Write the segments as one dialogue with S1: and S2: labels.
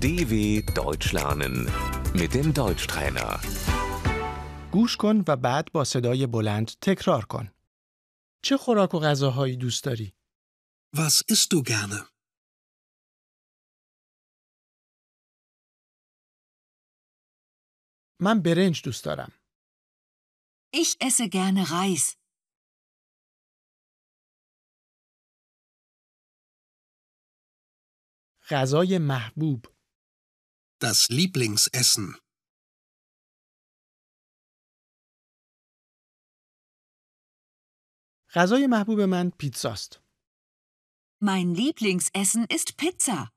S1: DW Deutsch lernen mit dem Deutschtrainer.
S2: گوش کن و بعد با صدای بلند تکرار کن. چه خوراک و غذاهایی دوست داری؟
S3: Was isst du gerne?
S2: من برنج دوست دارم.
S4: Ich esse gerne Reis.
S2: غذای محبوب.
S3: Das Lieblingsessen.
S2: غذای محبوب من پیتزاست.
S4: Mein Lieblingsessen ist Pizza.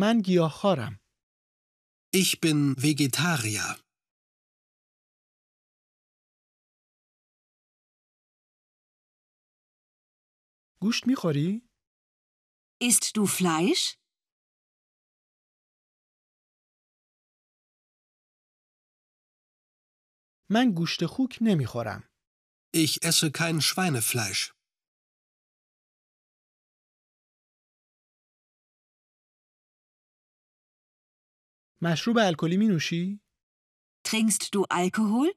S2: من گیاهخوارم.
S3: Ich bin Vegetarier.
S2: گوشت میخوری؟
S4: Isst du Fleisch?
S2: من گوشت خوک نمیخورم.
S3: Ich esse kein Schweinefleisch.
S2: مشروب الکلی می نوشی؟
S4: Trinkst du Alkohol?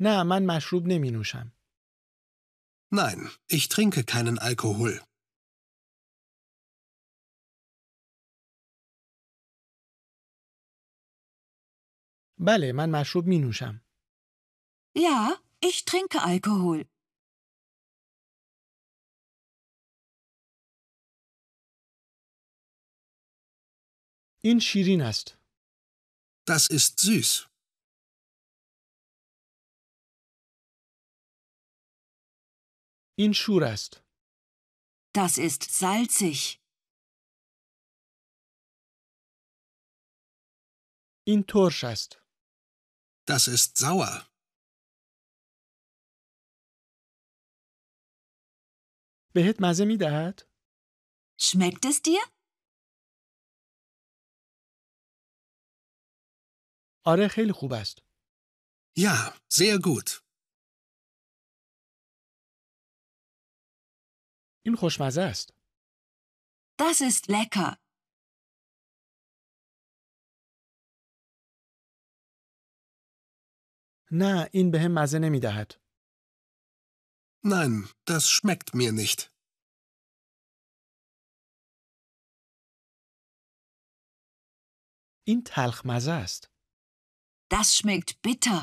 S2: نه من مشروب نمی نوشم.
S3: Nein, ich trinke keinen Alkohol.
S2: بله من مشروب می نوشم.
S4: Ja, ich trinke Alkohol.
S2: این شیرین است.
S3: Das ist süß.
S2: این شور است.
S4: Das ist salzig.
S2: این ترش است.
S3: Das ist sauer.
S2: بهت مزه می دهد؟
S4: Schmeckt es dir?
S2: آره خیلی خوب است.
S3: Ja, sehr gut.
S2: این خوشمزه است.
S4: Das ist lecker.
S2: نه این بهم مزه نمی دهد.
S3: Nein, das schmeckt mir nicht.
S2: این تلخ مزه است.
S4: Das schmeckt bitter.